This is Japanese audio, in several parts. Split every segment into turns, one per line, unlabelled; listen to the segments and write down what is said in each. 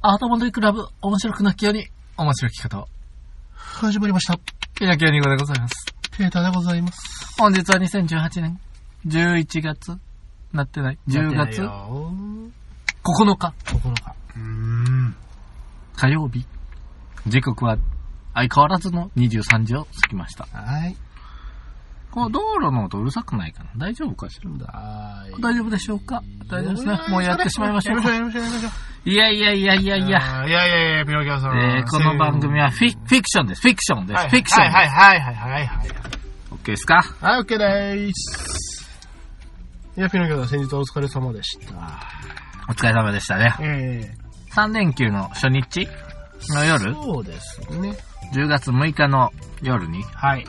アートモンドイクラブ、面白くなきように、面白き方を。
始まりました。
ケニャケニコでございます。
ペーターでございます。
本日は2018年、11月、なってない、10月9
9
日、
日。うーん。
火曜日。時刻は、相変わらずの23時を過ぎました。
はい。
この道路の音うるさくないかな大丈夫かしら
はーい。
大丈夫でしょうか大丈夫ですね。もうやってしまいましょう
や。りましょう、やりましょう、や
いやいやいやいや
りましょう。
いや。
あー。いやいやいや、ピノキオさん。
えーこの番組はフィフィクションです。フィクションです。フィクションです。
はいはいはいはいはいはい。
オッケーですか
はい、OK でーす。いや、ピノキオさん、先日はお疲れ様でした。
お疲れ様でしたね。
ええ。
3連休の初日の夜、
そうですね。
10月6日の夜に、
はい。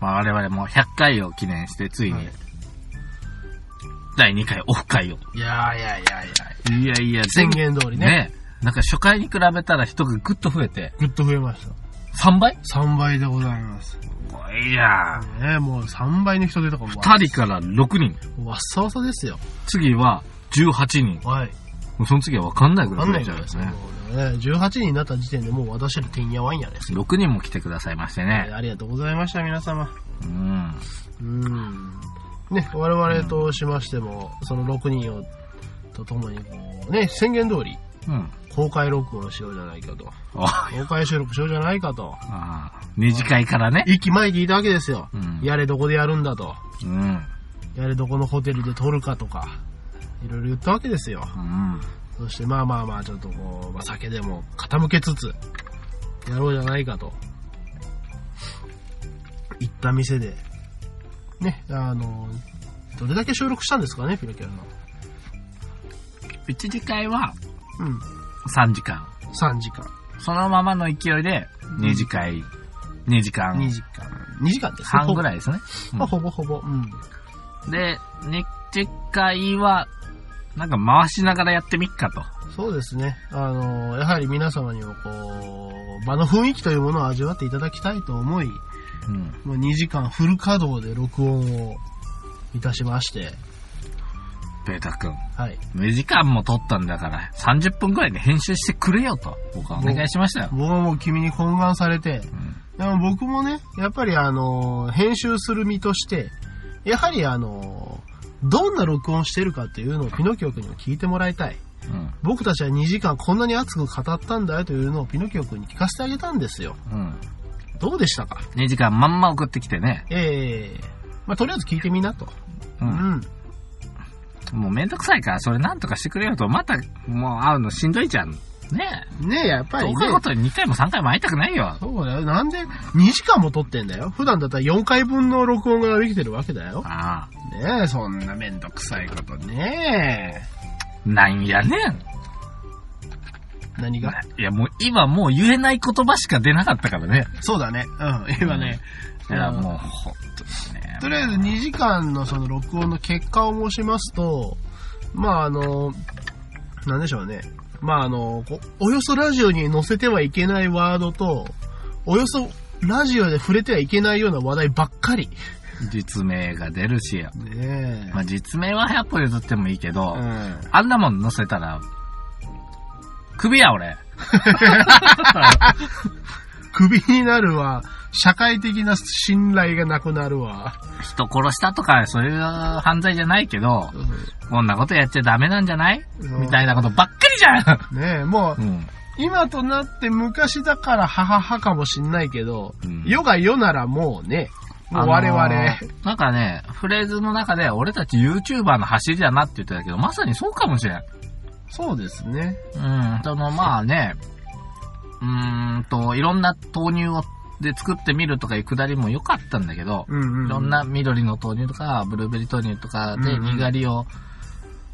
まあ、我々も100回を記念して、ついに
はい、
第2回オフ会を。
いやいやいやいや。
いやいや、
宣言通りね。
ね。なんか初回に比べたら人がぐっと増えて、
ぐっと増えました。
3倍
3倍でございます。
いや
ねもう3倍の人出たから、わ
2人から6人。
わっさわさですよ。
次は18人。
はい。
もうその次は分かんないぐら
わ
い
かん
増
な
え
い
ちゃ
か
う
ら
ん
で
ですす
ね
ね。。
もうね18人になった時点でもう私らてんやわんやです。
6人も来てくださいまして
え
ね。
ーありがとうございました、皆様。
うん。
うん。ね、我々としましても、その6人を、とともに、こう、ね、宣言通り、
うん。
公開録音しようじゃないかと。
おあ
公開収録しようじゃないかと。
あ、二次会からね。
一気前聞いたわけですよ。
うん
やれどこでやるんだと。
うん。
やれどこのホテルで撮るかとか。いろいろ言ったわけですよ。
うん。
そしてまあまあまあ、ちょっとこう、まあ、酒でも傾けつつ、やろうじゃないかと。行った店で、ね、あの、どれだけ収録したんですかね、ピロキャンの。
一次会は
うん、
3時間。
3時間、
そのままの勢いで、2次会、2時間
2時間、2時間ですね。
半ぐ
い。
らいですね。うん
まあ、ほぼほぼ、うん。
で、2次会は、なんか回しながらやってみっかと。
そうですね。あの、やはり皆様にもこう、場の雰囲気というものを味わっていただきたいと思い、
うん。
もう2時間フル稼働で録音をいたしまして、
ペータ君、
はい。
2時間も撮ったんだから、30分ぐらいで編集してくれよと、僕はお願いしましたよ。
僕はもう君に懇願されて、でも僕もね、やっぱりあの、編集する身として、やはりあの、どんな録音してるかっていうのをピノキオ君にも聞いてもらいたい。
うん。
僕たちは2時間こんなに熱く語ったんだよというのをピノキオ君に聞かせてあげたんですよ。
うん。
どうでしたか
2時間まんま送ってきてね。
ええまあ、とりあえず聞いてみなと。
う。
うんん。
もうめんどくさいから、それなんとかしてくれよと、また、もう会うのしんどいじゃん。ねえ。
ねえ、やっぱり
10
ね
日ご。とに2回も3回も会いたくないよ。
そうだよ。なんで2時間も撮ってんだよ。普段だったら4回分の録音ができてるわけだよ。
ああ。
ねえ、そんなめんどくさいことね
なんやねん。
え。何が
いや、もう今もう言えない言葉しか出なかったからね。
そうだね。うん、今ね。
いや、もう、ほんとにね。
とりあえず2時間のその録音の結果を申しますと、まああの、なんでしょうね。まああの、こおよそラジオに載せてはいけないワードと、およそラジオで触れてはいけないような話題ばっかり。
実名が出るし、
ね
まあ、実名は100歩譲ってもいいけど、
え。うん。
あんなもん載せたら、首や、俺。
クビになるわ。社会的な信頼がなくなるわ。
人殺したとか、そういう犯罪じゃないけど、こんなことやっちゃダメなんじゃない
うん
みたいなことばっかりじゃ
ねえ、もう、
んうん。
今となって昔だからはははかもしんないけど、
うん
世が世ならもうね、もう我々、
あのーなんかね、フレーズの中で、俺たち YouTuber の走りだなって言ってたけど、まさにそうかもしれん。
そうですね。
うん、そのまあね、うーんと、いろんな豆乳をで作ってみるとかいうくだりも良かったんだけど、
うんうん、
いろん。な緑の豆乳とか、ブルーベリー豆乳とか
うん
で、
うん
にがりを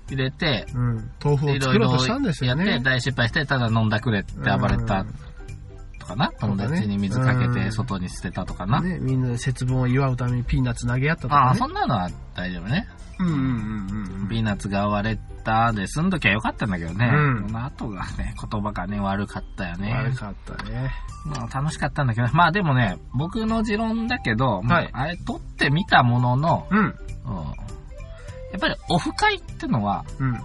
入れて、
うん。豆
い
腐を
ろ
作
い
ろ
ろ
うとしたんです
や
よ
っ
ね。
て、大失敗して、ただ飲んだくれって暴れたとかな、
うん
友達に水かけ
うんうん
て外に捨てたとかな。
ね、みんなで節分を祝うためにピーナッツ投げ合ったと
あ
か、
あ、
ね。
そんなのは大丈夫ね。
うんうんうんうん。
ピーナッツが割れたで済んどきゃよかったんだけどね。
うん
その後がね、言葉がね、悪かったよね。
悪かったね。
まあ、楽しかったんだけど、 まあでもね、僕の持論だけど、まあ
はい
あれ撮ってみたものの、
うん。
うんやっぱりオフ会ってのは、
うん。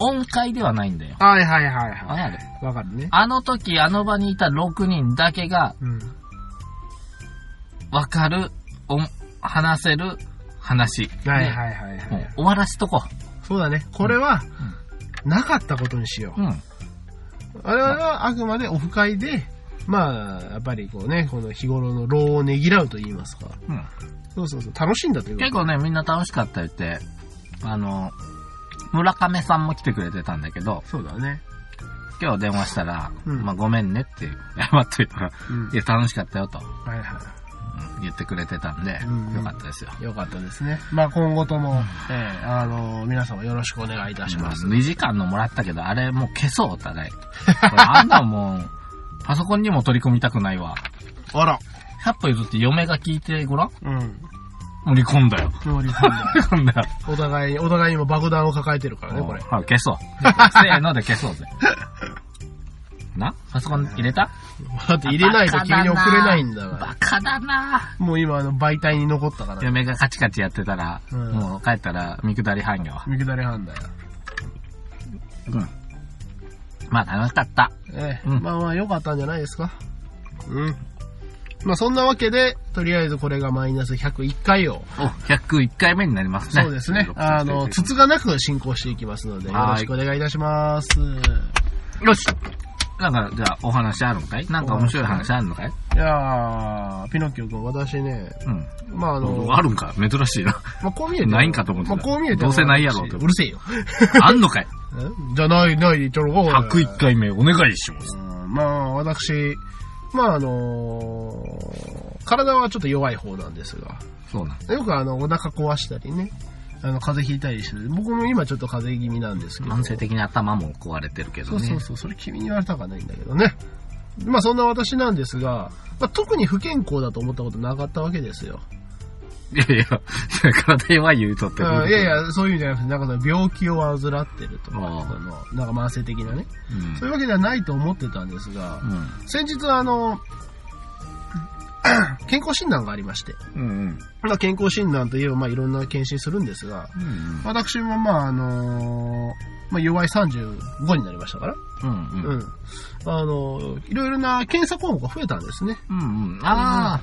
音階ではないんだよ。
はいはいはい
わ
は
かる
い。わかるね。
あの時、あの場にいた6人だけが、
うん。
わかる、おん話せる話。
はい
ね
はいはいは
もう
い。
終わらしとこ
そうだね。これは、なかったことにしよ
う。
う。
うん。
我々はあくまでオフ会で、まあ、やっぱりこうね、この日頃の労をねぎらうと言いますか。
うん。
そうそうそう。楽しんだということ
結構ね、みんな楽しかったよって、あの、村上さんも来てくれてたんだけど、
そうだね。
今日電話したら、
うん
まあごめんねって 謝っといたら、
うん
い。や、楽しかったよと
はいは
うん言ってくれてたんで、
うんうん
よかったですよ。
い。よかったですね。まあ今後とも、えーあの、皆様よろしくお願いいたします。
2時間のもらったけど、あれもう消そう、お互い。これあんなもん、パソコンにも取り込みたくないわ。
あら。
100歩譲って嫁が聞いてごらん
うん。
もう離婚だよ。
料理本だ。
離婚だよ。
お互いに、お互いにも爆弾を抱えてるからね、これ。
はい、消そう。せーので消そ うぜ。なパソコン入れた
だって入れないと君に送れないんだから。
バカだな
もう今、あの、媒体に残ったから。
嫁がカチカチやってたら、
うん
もう帰ったら見下り半よ。
見下り判断や。
うん。まあ楽しかった。
ええ、
うん
まあまあ、良かったんじゃないですか。うん。まあ、そんなわけで、とりあえずこれがマイナス101回を、
お、101回目になりますね。
そうですね。あの、つつがなく進行していきますので、よろしくお願いいたします。
よしなんか、じゃあ、お話あるんかいなんか面白い話あるのかい
いやー、ピノッキオ君、私ね、
うん。
まああの、
あるんか珍しい な。
まあ、こう見えても
ないんかと思ってた
まあ、こう見えても
どうせないやろうと
うるせえよ。
あんのかい
えじゃない、ないでちょろこ。
?101 回目お願いします。
うんまあ、私、まああのー体はちょっと弱い方なんですが、
そうなん。
よくあの、お腹壊したりね、あの、風邪ひいたりしてる、僕も今ちょっと風邪気味なんですけど。
慢性的に頭も壊れてるけ
そ
ど
う
ね。
そうそう、それ君に言われたかないんだけどね。まあそんな私なんですが、まあ、特に不健康だと思ったことなかったわけですよ。
いやいや、体弱い言うとって。
あいやい。や、そういうんじゃなくて、なんかその病気を患ってるとか、
ああ
そのなんか慢性的なね、
うん
そういうわけではないと思ってたんですが、
うん。
先日あの、 健康診断がありまして、
うんうん。
まあ、健康診断といえば、まあ、いろんな検診するんですが、
うん
私も、まあ、あのーまあ、弱い35になりましたから、
うん。うん
うん。あのーいろいろな検査項目が増えたんですね。
うんうん。ああ、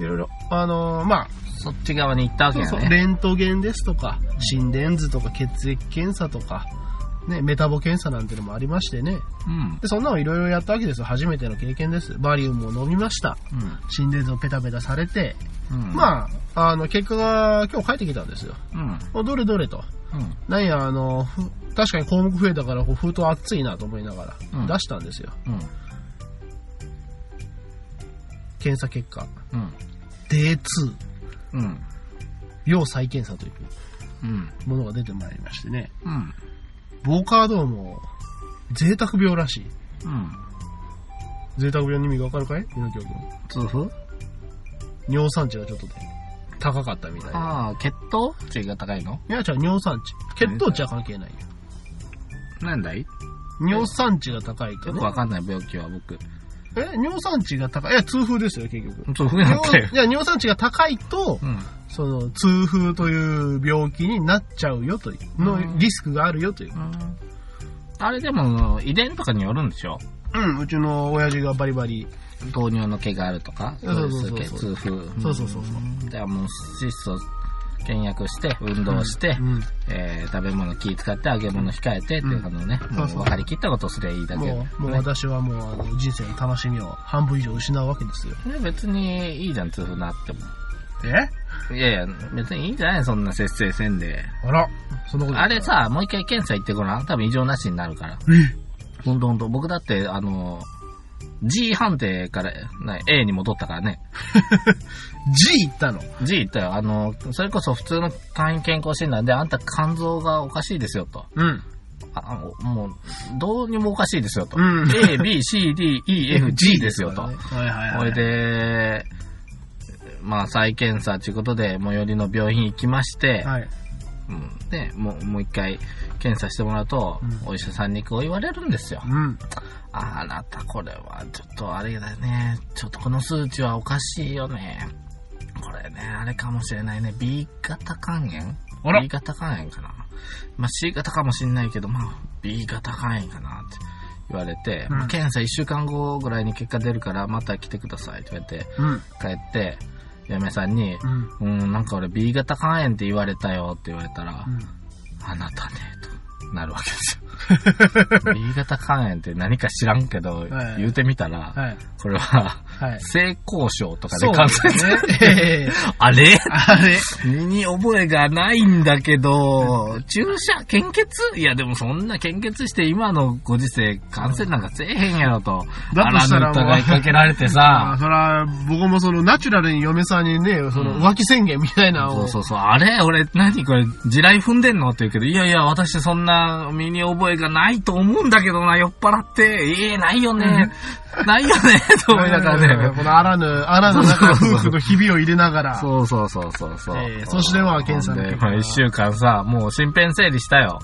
いろいろ。あのーまあ、
そっち側に行ったわけ
そう
や
そ
ね。
う、レントゲンですとか、心電図とか、血液検査とか、ね、メタボ検査なんてのもありましてね。
うん。
で、そんなのいろいろやったわけですよ。初めての経験です。バリウムを飲みました。心電図をペタペタされて、
うん。あ。
まあ、あの、結果が今日帰ってきたんですよ。
うん。
おどれどれと。
うん。
なんや、あの、ふ確かに項目増えたから、こう封筒熱いなと思いなが
うん
ら、出したんですよ。
うん。
検査結果。
うん。
D2、
うん。
要再検査という
うん。
ものが出てまいりましてね。
うん。
ボーカードームを、贅沢病らしい。
うん。
贅沢病の意味がわかるかい猪木君。
痛風
尿酸値がちょっとね、高かったみたいな。
ああ、血糖値が高いの
いや、違う、尿酸値。血糖値は関係ないよ。
なんだい
尿酸値が高いと
よ
ね
く。わかんない病気は僕。
え尿酸値が高い。いや、痛風ですよ、結局。
痛風なんだよ
尿。いや、尿酸値が高いと、
うん。
その、痛風という病気になっちゃうよという、
うん
のリスクがあるよという。
あれでも、遺伝とかによるんでしょ
うん、うちの親父がバリバリ。
糖尿の毛があるとか、
そうそうそう
い
そ
痛風。
うそうそうそうそ
ん。じゃあもう、質素、倹約して、運動して
う、ん。
えー食べ物気使って揚げ物控えてっていうあのね、
ん
もう
そうそう
分かりきったことすりゃいいだけ
もう、もう
ね
私はもう、あの、人生の楽しみを半分以上失うわけですよ。
ね別にいいじゃん、痛風なっても。
え
いやいや、別にいいんじゃないそんな節制せんで。
あら、そんなこと
あれ、さ、もう一回検査行ってごらん。多分異常なしになるから。
え
ほんとほんと。僕だって、あの、G 判定から、な A に戻ったからね。
G 行ったの
G 言ったよ。あの、それこそ普通の簡易健康診断で、あんた肝臓がおかしいですよと。
うん。
あおもう、どうにもおかしいですよと。
うん
A, B, C, D, E, F, G ですよと。
はいはい
こ
は
れ
い。
で、まあ、再検査ということで、最寄りの病院行きまして、
はい。
うん、で、もう、もう一回検査してもらうと、
うん
お医者さんにこう言われるんですよ。
うん。
ああなた、これは、ちょっとあれだね。ちょっとこの数値はおかしいよね。これね、あれかもしれないね。B 型肝炎
あら
?B 型肝炎かなまあ C 型かもしんないけど、まあ B 型範囲かなって言われて、
うん
まあ検査1週間後ぐらいに結果出るから、また来てくださいって言われて、
うん。
帰って、嫁さんに、
うん。
うん、なんか俺 B 型肝炎って言われたよって言われたら、あなたね、となるわけです よ。B 型肝炎って何か知らんけど、
はい
言うてみたら、
はい。
これは、
はい。
性交渉とかで
そう
感
で
染
すね。ええ
あれ
あれ
身に覚えがないんだけど、注射献血いやでもそんな献血して今のご時世感染なんかせえへんやろと。
だとしたら
あらぬ疑いかけられて
あ
さ
あ、。そら、僕もその、ナチュラルに嫁さんにね、その、
うん
浮気宣言みたいなの
そ
を。
うそうそう。あれ俺、何これ、地雷踏んでんのって言うけど、いやいや、私そんな身に覚えがないと思うんだけどな、酔っ払って。ええないよね。 ないよね、と思いながらね。
このあらぬ、あらぬ中、夫婦の日々を入れながら。
そうそうそうそうそう。
ええそしてまあ検査の
で
結果
まあ一週間さ、もう身辺整理したよ。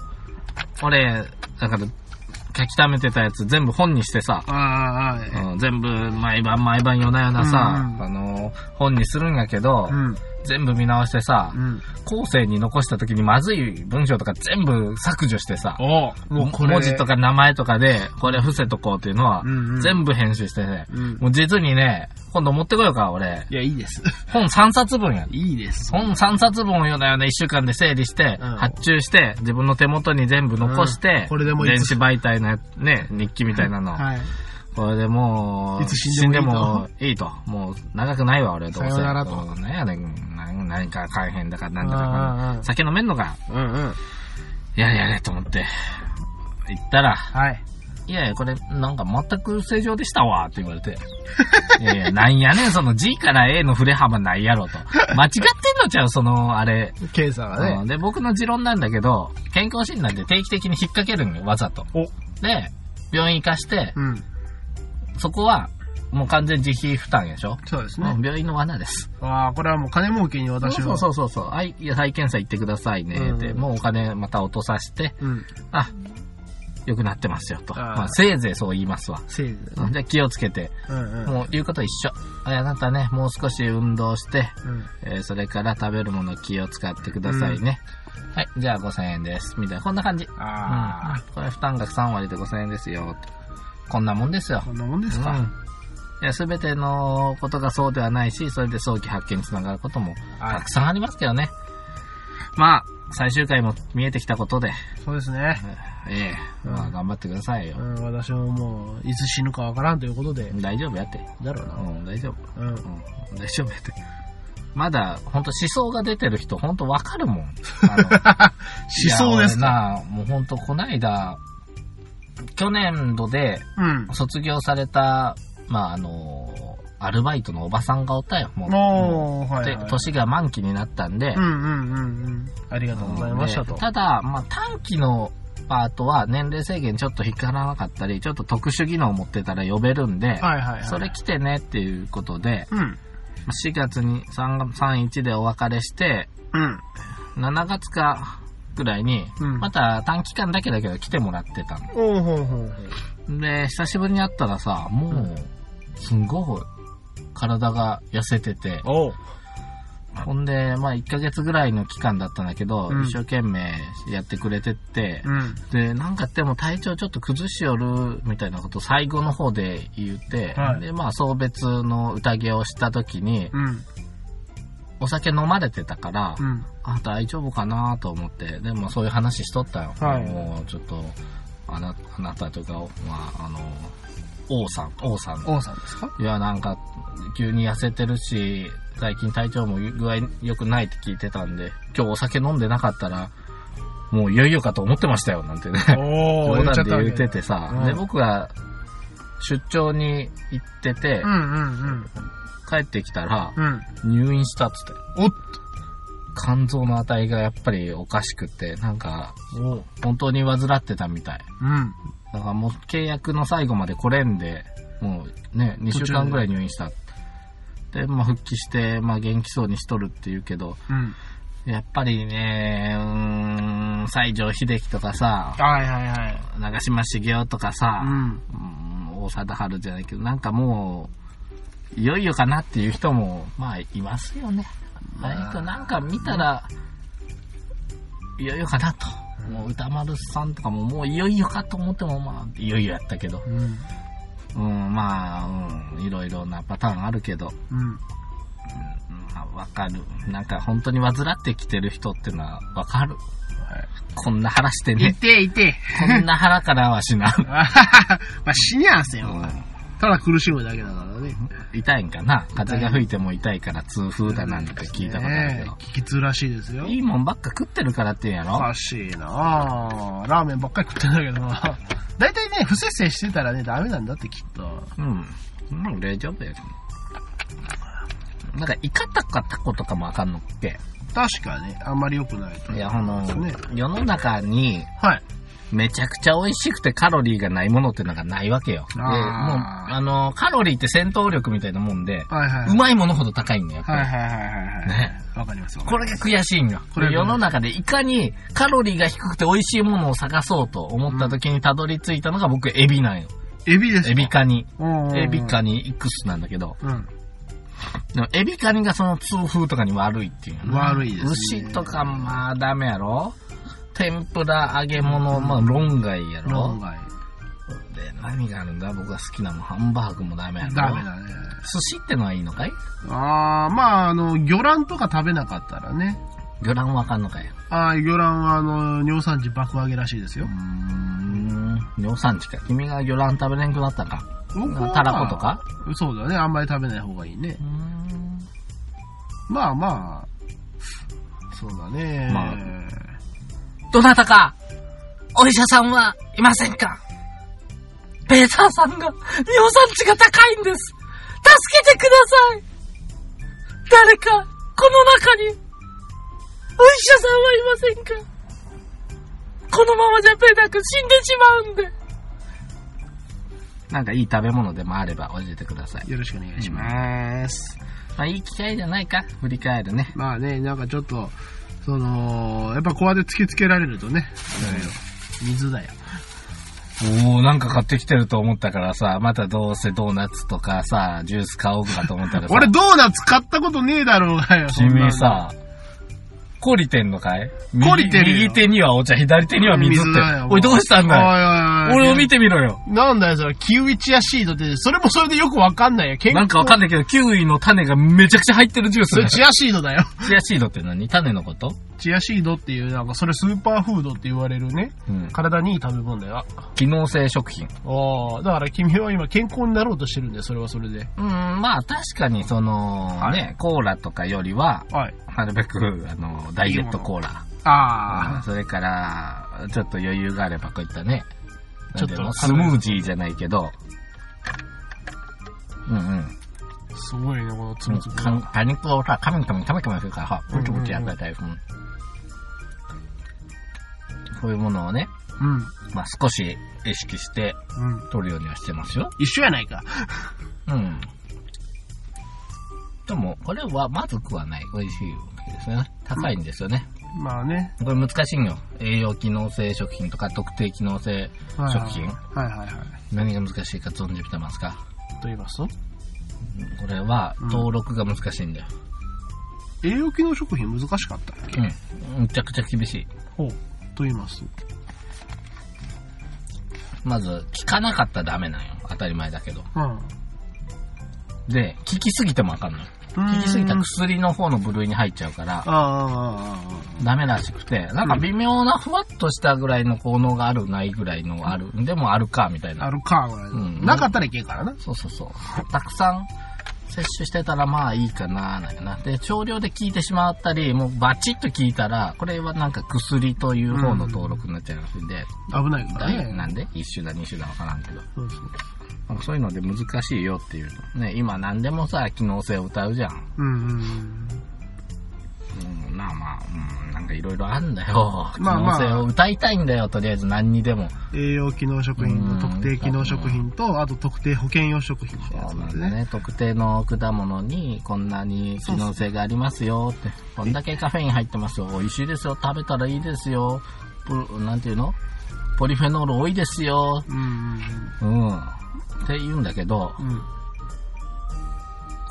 俺、だから、書き溜めてたやつ全部本にしてさ、
ああ、ああ
うん全部毎晩毎晩夜な夜なさ、
うんうん
あの、本にするんやけど、
うん。
全部見直してさ、
うん。
後世に残した時にまずい文章とか全部削除してさ、
おもうこれ。
文字と。か名前とかで、これ伏せとこうっていうのは
うんうん、
全部編集してね、
うん
もう実にね、今度持ってこようか、俺。
いや、いいです。
本3冊分や。
いいです。
本3冊分をようなような1週間で整理して、
うん
発注して、自分の手元に全部残して、
うんこれでもいい
電子媒体のやね、日記みたいなの。
はい。
これでもう、
いつ死んでも
死んでもいいと。もう、長くないわ、俺、どうせ。
さよならと
うん何やねん、何何か大変だか、なんだか
うんうん
酒飲めんのか、
うんうん。
やれやれと思って、行ったら、
はい。
いやいや、これ、なんか全く正常でしたわ、って言われ て。いやいや、なんやねん、その G から A の振れ幅ないやろと。間違ってんのちゃう、その、あれ。
検査が
う
ね
ん。で、僕の持論なんだけど、健康診断で定期的に引っ掛けるのよ、わざと。
お。
で、病院行かして、
うん。
そこは、もう完全自費負担でしょ、
そうです
う
ね
ん。病院の罠です。
ああ、これはもう金儲けに私は。
そうそうそうそう。はい、いや再検査行ってくださいね、って、
うん
もうお金また落とさせて、
う。うん。
あ、良くなってますよ、と。
あー
まあ、せいぜいそう言いますわ。
せいぜい
うんじゃあ気をつけて、
うんうん。
もう言うこと一緒。ああなたね、もう少し運動して、
うん。
えーそれから食べるもの気を使ってくださいね。はい、じゃあ5000円です。みたいな、こんな感じ。
ああ、
うんこれ負担額3割で5000円ですよ。こんなもんですよ。
こんなもんです
うん
か。
いや、すべてのことがそうではないし、それで早期発見につながることも
は
た
い
く。さんありますけどね。まあ、最終回も見えてきたことで、
そうですね。
ええ、まあ頑張ってくださいうよ。
ん、私ももう、いつ死ぬかわからんということで。
大丈夫やって。
だろう
う
な。
ん、大丈夫。
うん。
うん、大丈夫やって。まだ、ほんと思想が出てる人、ほんとわかるもん。 あ
しそうです
い
か。
や俺な、もうほんとこないだ、去年度で、
うん。
卒業された、まあ、あの、アルバイトのおばさんがおったよ、もう。う
おー、
ん
はい、
で
はい。、
年が満期になったんで
う、んうんうんうん。ありがとうございましたと
で。ただ、まあ、短期のパートは年齢制限ちょっと引っかからなかったり、ちょっと特殊技能を持ってたら呼べるんで、
はいはいはい。
それ来てねっていうことで、
うん。
4月に3、3、1でお別れして、
うん。
7月かぐらいに、
うん
また短期間だけだけど来てもらってた
おーほうほう。
の。で、久しぶりに会ったらさ、も
うん
う、すんごい、体が痩せてて、
おう。
ほんで、まあ1ヶ月ぐらいの期間だったんだけど、
うん
一生懸命やってくれてって、
うん。
で、なんかでも体調ちょっと崩しよるみたいなこと最後の方で言って、
はい
で、まあ送別の宴をした時に、
うん。
お酒飲まれてたから、
うん。
あ、大丈夫かなと思って、でもそういう話しとったよ。
はい
もうちょっと、あなあなたとか、まあ、あの、王さん、王さん。
王さんですか
いや、なんか、急に痩せてるし、最近体調も具合良くないって聞いてたんで、今日お酒飲んでなかったら、もういよいよかと思ってましたよ、なんてね。
お
冗
ー、
談で
わ
言
け
うててさ、
うん
で、僕が出張に行ってて、
うんうんうん。
帰ってきたら、
うん。
入院したっつって。
おっ
肝臓の値がやっぱりおかしくて、なんか、
おう。
本当に患ってたみたい。
うん。
だからもう契約の最後まで来れんで、もうね、2週間ぐらい入院した。で、まあ復帰して、まあ元気そうにしとるって言うけど、
うん。
やっぱりね、うーん、西城秀樹とかさ、
はいはいはい。
長嶋茂雄とかさ、
うん。
うん大貞治じゃないけど、なんかもう、いよいよかなっていう人も、まあ、いますよね。
まあ
割となんか見たら、いよいよかなと。
うん
もう歌丸さんとかももういよいよかと思ってもまあ、いよいよやったけど。
うん。
うん、まあ、うん、いろいろなパターンあるけど、
うん。
うん、まあわかる。なんか本当に患ってきてる人ってのはわかる。こんな腹して
い
ね。
て、いて。
こんな腹からはしな。
あははまあ、死にゃあせよ。ただ苦しむだけだからね。
痛いんかな風が吹いても痛いから痛風だなんて聞いたことあるけ
ね
ど
え。聞きつらしいですよ。
いいもんばっか食ってるからって言うんや
お
ろ
かしいなあラーメンばっかり食ってんだ けどな。大体ね、不摂生してたらね、ダメなんだってきっと。
うん。まあ大丈夫やけど。なんか、イカとかタコとかもあかんのっけ
確かね、あんまり良くないと。
いや、あの
そうね、
世の中に、
はい。
めちゃくちゃ美味しくてカロリーがないものってのがないわけよ。で、
あー
もう、あの、カロリーって戦闘力みたいなもんで、。
はいはいう
まいものほど高いんだよ。やっぱ
はい
り
はいはいはいはい。
ね
わかりますよ。
これが悔しいんよ。
これがね
世の中でいかにカロリーが低くて美味しいものを探そうと思った時にたどり着いたのが僕、エビなんよ。
エビですか
エビ。カニ。
うんうんうん
エビ。カニイクスなんだけど。
うん。
でもエビカニがその痛風とかに悪いっていうの
悪いですね
牛とかまあダメやろ天ぷら揚げ物、まあ論外やろ
論外。
で、何があるんだ僕が好きなのハンバーグもダメやろ
ダメだね。
寿司ってのはいいのかい
ああ、まあ、あの、魚卵とか食べなかったらね。
魚卵わかんのかい
ああ、魚卵は、あの、尿酸値爆上げらしいですよ
うー。ん、尿酸値か。君が魚卵食べれんくなったんか。
僕は
たらことか
そうだね。あんまり食べない方がいいね。
うーん。
まあまあ、そうだね。
まあどなたか、お医者さんはいませんかペーターさんが尿酸値が高いんです助けてください誰か、この中に、お医者さんはいませんかこのままじゃペーター君死んでしまうんで。なんかいい食べ物でもあれば教えてください。
よろしくお願いします。
まあいい機会じゃないか振り返るね。
まあね、なんかちょっと、その、やっぱこうやって突きつけられるとね、あれよ水だよ。
おー、なんか買ってきてると思ったからさ、またどうせドーナツとかさ、ジュース買おうかと思ったらさ、
俺ドーナツ買ったことねえだろうがよ。そんなの
君、さ、懲りてんのかい
懲りてるよ
右右手にはお茶、左手には水って
だよ。
おい、どうしたんだよ。
だ
俺を見
て。
てみろよ。
なんだよ、それ。キウイチアシードって、それもそれでよくわかんないよ。健康
なんかわかんないけど、キウイの種がめちゃくちゃ入ってるジュース
そ
だ
れ
よ。
チアシードだよ。
チアシードって何種のこと
チアシードっていう、なんかそれスーパーフードって言われるね。
うん。
体にいい食べ物だよ。
機能性食品。
ああ、だから君は今健康になろうとしてるんだよ、それはそれで。
うん、まあ確かにその、
はい
ね、コーラとかよりは、
はい。
なるべく、あの、ダイエットコーラ。
ああ、
それから、ちょっと余裕があればこういったね、
ちょっと
なんていうのスムージーじゃないけど、うんうん。
すごいね、このつ
う
ぶ
ん
つぶ。
果果肉をさ、噛み噛み噛み噛みするから、は、ブチブチやったタイプ。うんこういうものをね、
うん。
まあ少し意識して
うん。
取るようにはしてますよ。
一緒やないか。
うん。でも、これはまずくはない。美味しいわけですよね。高いんですよね。
まあね。
これ難しいんよ。栄養機能性食品とか特定機能性
はい
食品。
はいはいはい。
何が難しいか存じてますか
と言いますと
これは
うん
登録が難しいんだよ。
栄養機能食品難しかったっけ
うん。むちゃくちゃ厳しい。
ほう。と言いますと
まず、聞かなかったらダメなんよ。当たり前だけど。
うん。
で、聞きすぎてもあかんのよ。聞きすぎたら薬の方の部類に入っちゃうから、
ああ、
ダメらしくて、なんか微妙なふわっとしたぐらいの効能がある、ないぐらいのある、でもあるか、みたい
あ
な。
るか、ぐらい
うん
の。なかったらいけんからな。
そうそうそう。たくさん摂取してたらまあいいかな、なんやな。で、少量で効いてしまったり、もうバチッと効いたら、これはなんか薬という方の登録になっちゃいますんで、
危ないから
だいな
ね。
んで一種だ二種だわからんけど。
そうそう。
なんかそういうので難しいよっていうの。ね、今何でもさ、機能性を歌うじゃん。
うんうん。
うん、まあまあ、うん、なんかいろいろあんだ よ。
まあまあ
可能性を歌いたいんだよ、とりあえず何にでも。
栄養機能食品
うん
と特定機能食品と、あと特定保険用食品みたいなやつ
そう
で
なん
す
だ
ね。
ね。特定の果物にこんなに機能性がありますよって。こんだけカフェイン入ってますよ。美味しいですよ。食べたらいいですよ。プなんていうのポリフェノール多いですよ。
うんうん
うん。って言うんだけど、
うん。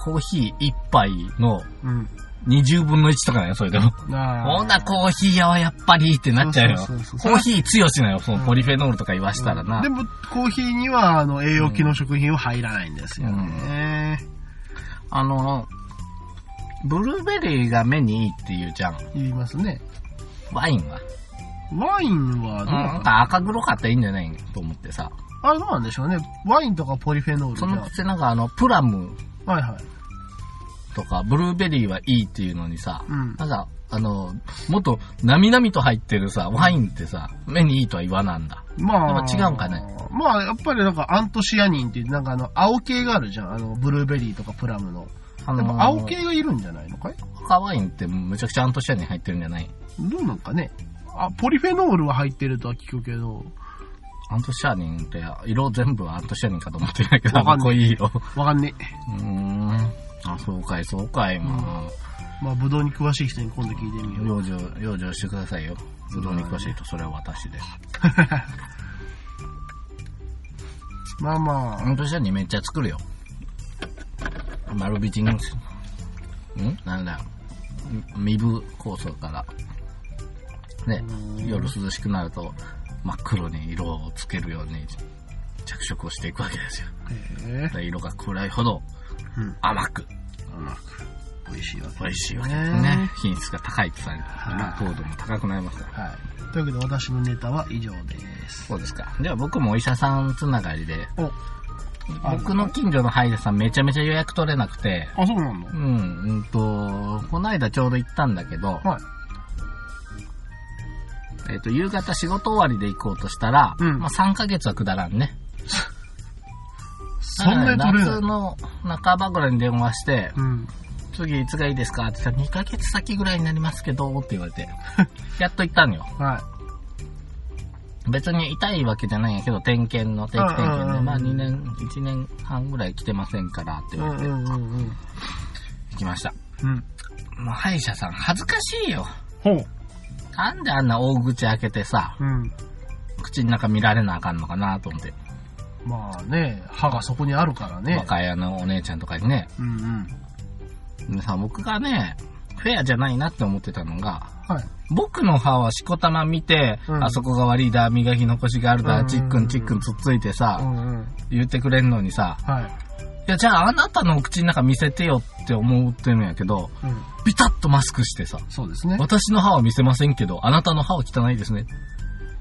コーヒー一杯の
うん。うん。
20分の1とかだよ、それでも。
な
ほな、コーヒー屋はやっぱりってなっちゃうよ。
そうそうそう
コ
そう
ーヒー強しなよ、その
うん
ポリフェノールとか言わしたらな。
でも、コーヒーには、あの、栄養系の食品は入らないんですよね。
あの、ブルーベリーが目にいいって言うじゃん。
言いますね。
ワインは。
ワイン
な
はどうなんの
か赤黒かったらいいんじゃないと思ってさ。
あれどうなんでしょうね。ワインとかポリフェノールじ
そ
ゃ
のくせなんかあの、プラム
はいはい。
とかブルーベリーはいいっていうのにさ、
うん
なんか、あの、もっと、なみなみと入ってるさ、ワインってさ、目にいいとは言わなんだ。
まあ、
やっぱ違うんかね。
まあ、やっぱりなんかアントシアニンっていう、なんかあの、青系があるじゃん。あの、ブルーベリーとかプラムの。
あ
やっ
の
ぱ青系がいるんじゃないのかい
赤ワインってむちゃくちゃアントシアニン入ってるんじゃない
どうなんかね。あ、ポリフェノールは入ってるとは聞くけど、
アントシアニンって、色全部アントシアニンかと思ってないけど、
わ
か
か
っ
んない
こいいよ。
わかんね
うーん。あ、そうかい、そうかい、ま
え。まあ、ブドウに詳しい人に今度聞いてみ
あ。
よう。
養生、養生してくださいよ。ぶどうに詳しいと、それは私です。
まあま
アントシアニンめっちゃ作るよ。マルビチン、んなんだ身分酵素から。ね、夜涼しくなると、真っ黒に色をつけるように着色をしていくわけですよ。
あ、へえ。
で色が暗いほど
うん
甘く
甘く、美味しいわけ。
美味しいわけですね
ね。
品質が高いとされてるから、
はい
糖度も高くなりますから。
はい。というわけで、私のネタは以上です。
そうですか。では僕もお医者さんつながりで、
お、あ
僕の近所の歯医者さんめちゃめちゃ予約取れなくて、
あ、そうなの
うん、うんと、この間ちょうど行ったんだけど、
はい。
えっ、と、夕方仕事終わりで行こうとしたら、
うん
まあ3ヶ月はくだらんね。
そんなに取れな
夏
い
の半ばぐらいに電話して、
うん。
次いつがいいですかって言ったら2ヶ月先ぐらいになりますけど、って言われ て、やっと行ったのよ。
はい。
別に痛いわけじゃないんやけど、点検の定期点
うんう
検
んうん
で、
うん
まあ2年、1年半ぐらい来てませんからって
う
言わ
ん
れ
う
て、
んうんうん。
行きました。
うん。
もう歯医者さん恥ずかしいよ。
ほう。
なんであんな大口開けてさ、
うん。
口の中見られなあかんのかなと思って、
まあね、歯がそこにあるからね。
若いあのお姉ちゃんとかにね。
うんうん。
でさ、僕がね、フェアじゃないなって思ってたのが、
はい。
僕の歯はしこたま見て、
うん
あそこが悪いだ、磨き残しがある
うんうん
だ、
うん
チックンチックンつっついて
う
さ、
んうん。
言ってくれんのにさ、
はい。
いや、じゃああなたのお口の中見せてよって思ってるんやけど、
うん。
ビタッとマスクしてさ、
そうですね。
私の歯は見せませんけど、あなたの歯は汚いですね。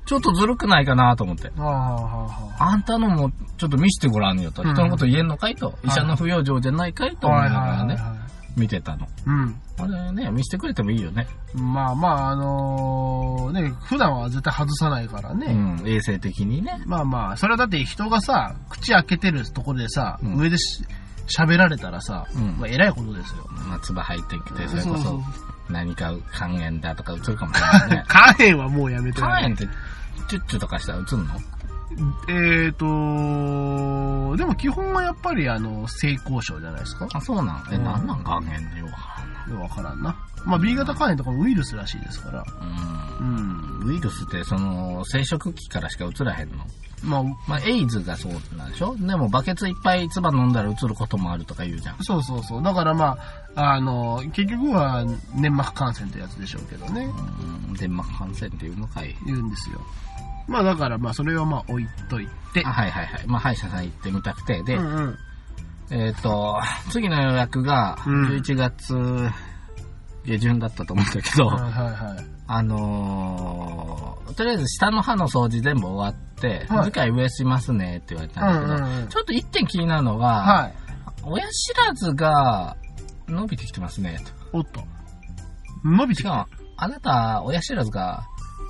ちょっとずるくないかなと思って。
ああ、はあ、は
あんたのもちょっと見してごらんよと。
うん
人のこと言えんのかいと。医者の不養生じゃないかい
あ。
と思いながら
はいはい
ね、
は
見てたの。
い。うん。
あれね、見してくれてもいいよね。
まあまあ、あのーね、普段は絶対外さないから
う
ね。
ん、衛生的にね。
まあまあ、それはだって人がさ、口開けてるところでさ、
うん
上でし喋られたらさ、
うん
まあ偉いことですよ。
まあ、唾入ってきて、それ
そ
こ
うそう。
そ何か肝炎だとか映るかもしれないね
カーヘンはもうやめて
肝
ない。
炎って、チュッチュとかしたら映るの
えーとでも基本はやっぱりあの、性交渉じゃないですか
あ、そうなのえ、
うん
なんなん肝炎ってよ。
わからんな。まあ B 型肝炎とかもウイルスらしいですから。
うん。
うん。
ウイルスって、その、生殖器からしか映らへんの
まあ、
まあ、エイズがそうなんでしょでも、バケツいっぱい唾飲んだら映ることもあるとか言うじゃん。
そうそうそう。だからまあ、あの、結局は粘膜感染ってやつでしょうけどね。
うん、デンマーク感染っていうのかい。
言うんですよ。まあだからまあ、それはまあ置いといて
あ。はいはいはい。まあ、歯医者さん行ってみたくて。で、
うんうん。
えっ、と、次の予約が、
うん
11月下旬だったと思うんだけど、
はいはいはい。
あのーとりあえず下の歯の掃除全部終わって、
はい
次回上しますねって言われたんだけど、
うんうんうん
ちょっと一点気になるのが、
はい。
親知らずが伸びてきてますね、と。
おっと。伸びて
し
き
か
た。
も、あなた、親知らずが、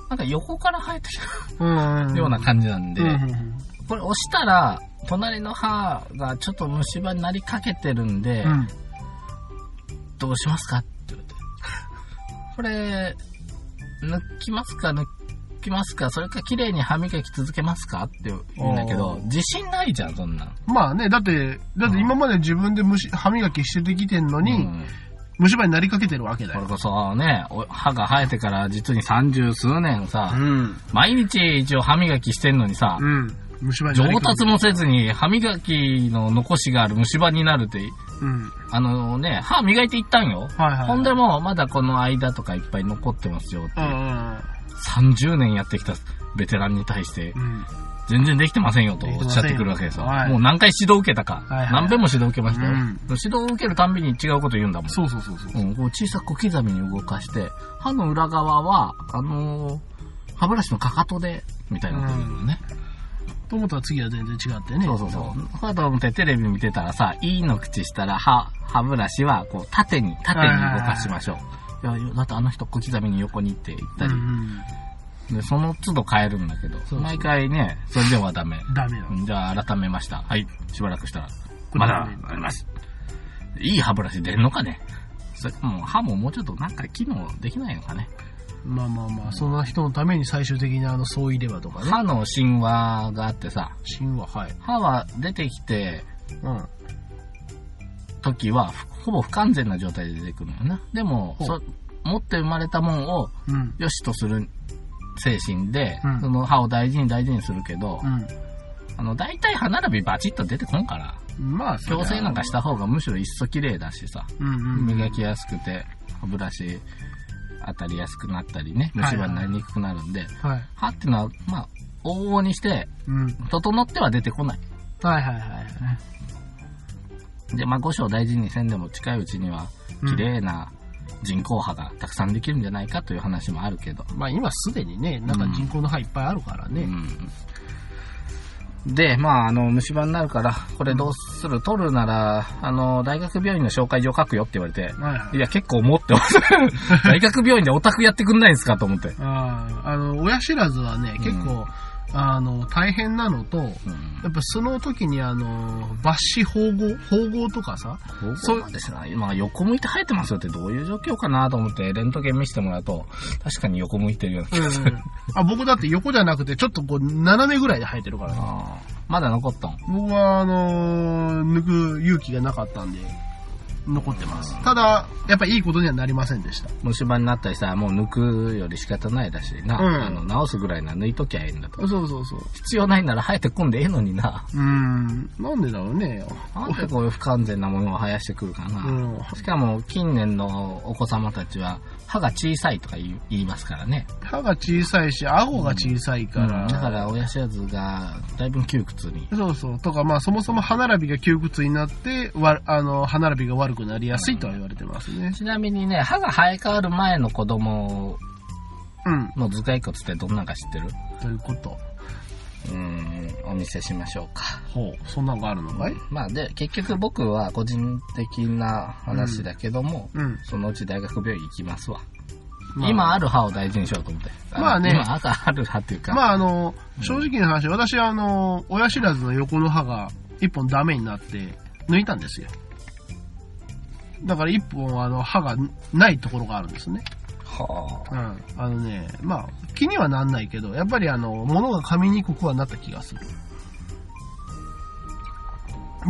なんか横から生えてき
うんんん
たような感じなんで、
うんうんうん
これ押したら、隣の歯がちょっと虫歯になりかけてるんで、
うん。
どうしますかって言われて。これ、抜きますか抜きますかそれか綺麗に歯磨き続けますかって言うんだけど
お、ー
自信ないじゃん、そんなん。
まあね、だって、だって今まで自分で虫歯磨きしてきてんの
う
に、
ん
虫歯になりかけてるわけだ
これ
よ。
こそね、お歯が生えてから実に三十数年さ、
ん。
毎日一応歯磨きしてんのにさ、
うん。虫歯になり
上
か
達
けてる。
もせずに歯磨きの残しがある虫歯になるって
うん。
あのね、歯磨いていったんよ。
はいはい。
ほんでもう、まだこの間とかいっぱい残ってますよって
う
い
ん
う。
うん
30年やってきたベテランに対して、
うん。うん。
全然できてませんよと
でき
お
て
っ
ま
し
せ
ゃ
んよ
ってくるわけですよ。
はい
もう何回指導受けたか。
はいはい
何遍も指導受けましたよ、
うん
指導を受けるたんびに違うこと言うんだもん。
そうそうそうそう。
うん、こう小さく小刻みに動かして、歯の裏側は、あのー歯ブラシのかかとで、みたいなこと言うのね。
と思ったら次は全然違ってね。
そうそうそう。歯と思ってテレビ見てたらさ、いいの口したら歯、歯ブラシはこう縦に、縦に動かしましょう。いや、だってあの人小刻みに横にって言った
うん
り、
うん。
で、その都度変えるんだけど、
そう
毎回ね、それではダメ。
ダメだ。
じゃあ改めました。はい、しばらくしたら。
これ
まだ
ダメ
あります。いい歯ブラシ出んのかねそれもう歯ももうちょっとなんか機能できないのかね
まあまあまあ、そんな人のために最終的にあの、総入れ歯とかね。
歯の神話があってさ、
芯は、はい。
歯は出てきて、
うん。
時はふほぼ不完全な状態で出てくるのよな。でも、
ほう
そ持って生まれたもんを
うん。
良しとする精神で、
うん
その歯を大事に大事にするけど、
うん。
あの、大体歯並びバチッと出てこんから、
まあ、それは
矯正なんかした方がむしろいっそ綺麗だしさ、
うんうん。
磨きやすくて、歯ブラシ当たりやすくなったりね、虫歯になりにくくなるんで、
はい。
歯っていうのは、まあ、往々にして、
うん。
整っては出てこない。
はいはいはい。
で、まあ、五章大事にせんでも近いうちには、
うん
綺麗な人工歯がたくさんできるんじゃないかという話もあるけど。
まあ今すでにね、なんか人工の歯いっぱいあるからね。
うんで、まあ、あの、虫歯になるから、これどうする取るなら、あの、大学病院の紹介状書くよって言われて、
はいはい
い。や、結構持って ます。大学病院でオタクやってくんないですかと思って。
あーあの、親知らずはね、結構、あの、大変なのと、
うん
やっぱその時にあの、抜歯縫合、縫合とかさ、
そうなんですね。今、横向いて生えてますよってどういう状況かなと思って、レントゲン見せてもらうと、確かに横向いてるような気がする。
あ僕だって横じゃなくて、ちょっとこう、斜めぐらいで生えてるからね。
あーまだ残ったん。
僕は、あのー抜く勇気がなかったんで、残ってます。ただ、やっぱいいことにはなりませんでした。
虫歯になったりさ、もう抜くより仕方ないだしな、
うん
あの、治すぐらいなら抜いときゃいいんだと。
そうそうそう。
必要ないなら生えてこんでええのにな。
うーん、なんでだろうね。
なんでこういう不完全なものを生やしてくるかな。
うん。
しかも、近年のお子様たちは、歯が小さいとか言い言いますからね。
歯が小さいし、顎が小さいから。
だから、親知らずが、だいぶ窮屈に。
そうそう。とか、まあ、そもそも歯並びが窮屈になって、わあの、歯並びが悪くなりやすいとは言われてますね。
ちなみにね、歯が生え変わる前の子供
うん。
の頭蓋骨ってどんなんか知ってる
ということ。
うーん、お見せしましょうか。
ほう。そんなんがあるのかい
まあで、結局僕は個人的な話だけども、
うん。
そのうち大学病院行きますわ。
まあ
今ある歯を大事にしようと思って。
まあね
今赤ある歯っていうか、
まあ、あの、正直な話、私、あの、親知らずの横の歯が一本ダメになって、抜いたんですよ。だから一本、あの、歯がないところがあるんですね。
は
うん。あのね、まあ、気にはなんないけど、やっぱりあの、物が噛みにくくはなった気がする。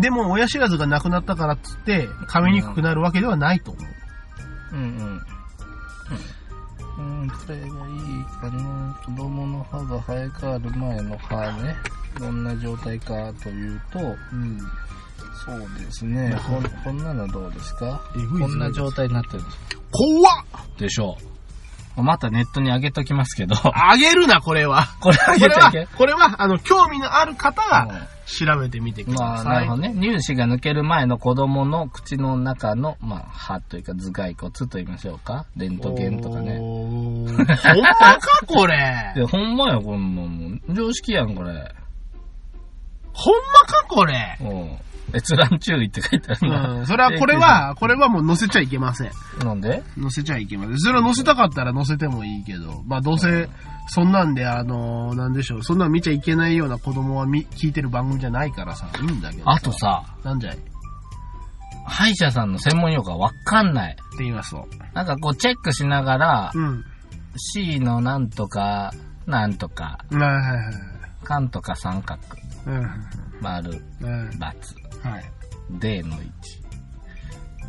でも、親知らずがなくなったからっつって、噛みにくくなるわけではないと思う。
あ。うんうん。うん、うん、これがいいかな。子供の歯が生え変わる前の歯ね。どんな状態かというと、
うん。
そうですね。こんこんなのどうですか
えぐい
こんな状態になってるんです
怖っ
でしょう。またネットに上げときますけど、
あげるな、これは。
これ
こ
上
れ
げちゃい
は
け、
これは、あの、興味のある方
うん
が調べてみてく
ま
だ
あ、な
さ
る
い。
ほどね。乳歯が抜ける前の子供の口の中の、まあ、歯というか頭蓋骨と言いましょうか。レントゲンとかね。
おー。ほんまか、これ。
で、ほんまよ、こんなんもう常識やん、これ。
ほんまか、これ。
うん。閲覧注意って書いてあるな。
うん。それは、これは、これはもう載せちゃいけません。
なんで
載せちゃいけません。それは載せたかったら載せてもいいけど、まあどうせ、そんなんで、あのーなんでしょう、そんなん見ちゃいけないような子供は見、聞いてる番組じゃないからさ、いいんだけど。
あと、さ、
なんじゃいって
歯医者さんの専門用語がわかんない。
言いますと。
なんかこう、チェックしながら、
うん。
C のなんとか、なんとか、
はいはい
かんとか三角、
はい。
丸、
うん。うん。
×。
はい。
D の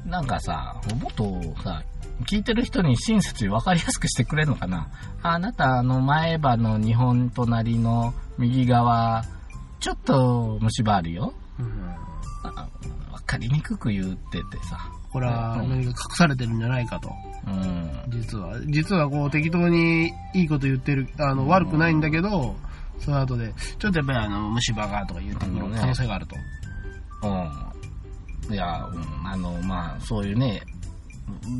1。なんかさ、もっとさ、聞いてる人に親切に分かりやすくしてくれるのかなあなた、あの、前歯の日本隣の右側、ちょっと虫歯あるよ。
うん
あわかりにくく言っててさ。
これは
うん
何か隠されてるんじゃないかと。
うん。
実は、実はこう適当にいいこと言ってる、あの、悪くないんだけど、その後で、ちょっとやっぱりあの、虫歯がとか言ってくる可能性があると。
うん。いや、うん、あの、まあ、そういうね、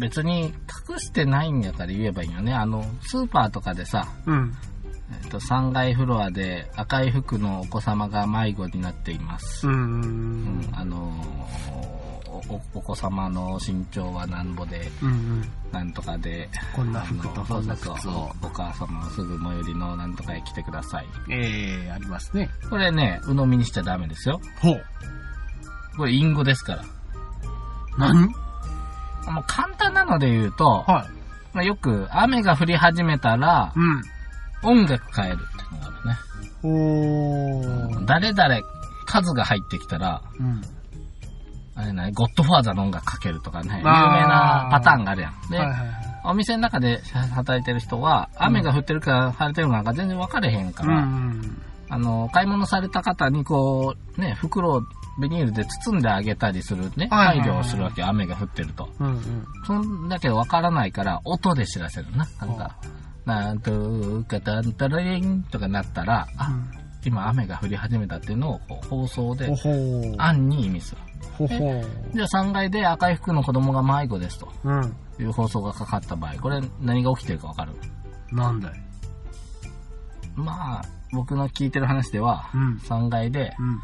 別に隠してないんやから言えばいいよね。あの、スーパーとかでさ、
うん。
えっと、3階フロアで赤い服のお子様が迷子になっています。
う。
うんん、あのーお、お子様の身長はなんぼで、
うんうん。
なんとかで、
こんな
あの
服とこ
そうん
な
そう
靴
そう
を。
おお母様はすぐ最寄りのなんとかへ来てください。
ええありますね。
これね、鵜呑みにしちゃダメですよ。
ほう。
これ、隠語ですから。
何
もう簡単なので言うと、
はい。
まあ、よく雨が降り始めたら
うん。
音楽変えるっていうのがあ
ほ
るね
ー。。
誰々数が入ってきたら、
うん。
あれね、ゴッドファーザーの音楽かけるとかね、有名
あ
な
ー
パターンがあるやん。で、
はいはいはい。
お店の中で働いてる人は、雨が降ってるか晴れてるかなんか全然分かれへんか
う
ら、
ん。
あの、買い物された方にこう、ね、袋をビニールで包んであげたりするね、
はいはい
配
は
慮
い
をするわけよ、雨が降ってると。
うんうん。
そんだけ分からないから、音で知らせるな。なん
は
か、なんとかたんたらりんとかなったら、あ、今雨が降り始めたっていうのをこう放送で
ほ、ほー。
暗に意味する。
ほほー。
じゃあ3階で赤い服の子供が迷子ですと
うん。
いう放送がかかった場合、これ何が起きてるか分かる
なんだい。
まあ、僕の聞いてる話では、
うん。
3階で
うん。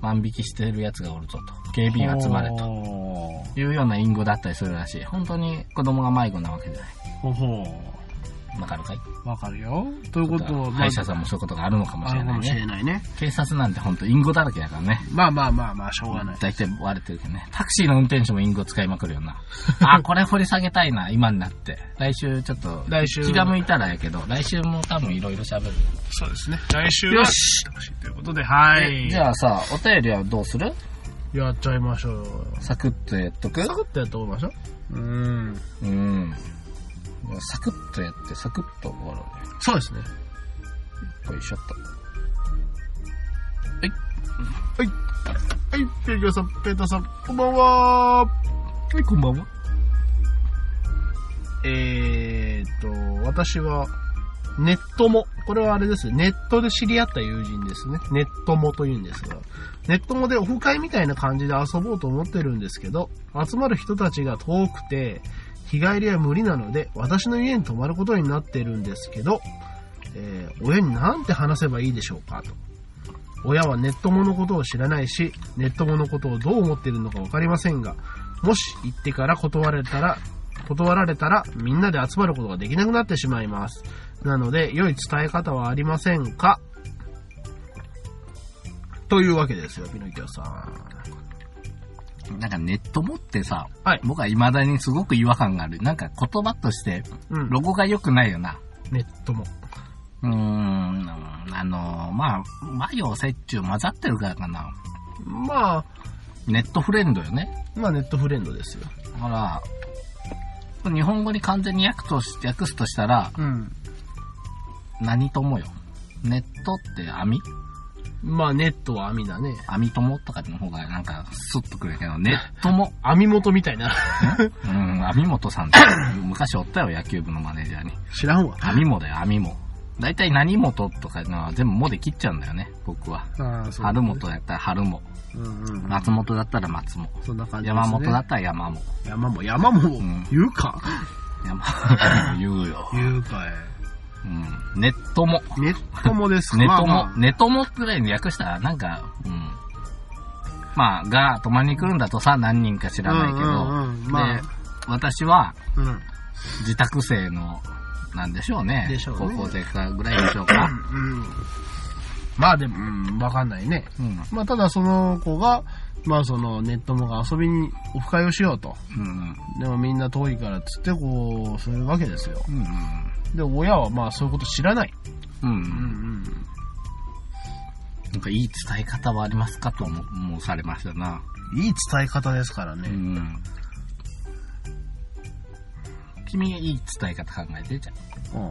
万引きしてるやつがおるぞと、警備員集まれと
ほ
いうような隠語だったりするらしい。本当に子供が迷子なわけじゃない。
ーほほ
わかるかい
ー。わかるよ。ということは、
歯医者さんもそういうことがあるのかもし
あ
れ
るか
ない
もしれ
ね。
ないね。
警察なんて本当隠語だらけだからね。
まあまあまあまあ、しょうがない。
大体割れてるけどね。タクシーの運転手もインゴ使いまくるよ な。あ、これ掘り下げたいな、今になって。来週ちょっと、
来週
気が向いたらやけど、来週も多分いろいろ喋る。
そうですね。来週
よ
よ
し
しということで、はい。
じゃあさ、お便りはどうする
やっちゃいましょうよ。
サクッとやっとく
サクッとやっておきましょう。うん。
うん。サクッとやって、サクッと終わろうね。
そうですね。
こいしょっと。
はい。はい、ペーターさん、ペーターさん、こんばんは。
はい、こんばんは。
えーっと、私は、ネットも、これはあれですね、ネットで知り合った友人ですね。ネットもというんですが、ネットもでオフ会みたいな感じで遊ぼうと思ってるんですけど、集まる人たちが遠くて、日帰りは無理なので、私の家に泊まることになってるんですけど、えー親になんて話せばいいでしょうかと。親はネットものことを知らないし、ネットものことをどう思っているのかわかりませんが、もし行ってから断られたら、断られたらみんなで集まることができなくなってしまいます。なので、良い伝え方はありませんかというわけですよ、ピノキオさん。
なんかネット持ってさ、
はい
僕は未だにすごく違和感がある。なんか言葉として、
うん。
ロゴが良くないよな。
ネットも。
うーん、あの、まあ、和洋折衷混ざってるからかな。
まあ、
ネットフレンドよね。
まあネットフレンドですよ。
だから、日本語に完全に訳とし訳すとしたら、
うん。
何友よ。ネットって網
まあネットは網だね。
網友とかの方がなんかスッとくるけど、ネット も。
網元みたいな。
うん、網元さんって昔おったよ、野球部のマネージャーに。
知らんわ。
網もだよ、網も。大体何元とかのは全部もで切っちゃうんだよね、僕は。
ああ、そ
春元だったら春も。
うんうん。
松本だったら松も。
そんな感じです、ね。
山本だったら山も。
山も、山も
ん、
言うか、
山 言うよ。
言うかい。
うん。ネットも。
ネットもです
ネ
ま
ッ
あ
ト
ま
も
あ。
ネットもくらいに略したら、なんか、うん。まあ、が、泊まりに来るんだとさ、何人か知らないけど。
うんうんうんまあ
で、私は、
うん。
自宅生の、なんでしょうね。
でしょうね
高校生かぐらいでしょうか。
うんまあでも、うん、わかんないね。
うん。
まあただその子が、まあそのネットもが遊びにオフ会をしようと。
うん。
でもみんな遠いからっつってこう、そういうわけですよ。
うん。
で、親はまあそういうこと知らない。
うん。う。
うんん
なんか、いい伝え方はありますかと思、もうされましたな。
うん。いい伝え方ですから
う
ね。
ん。君、いい伝え方考えて、じゃあ
うん。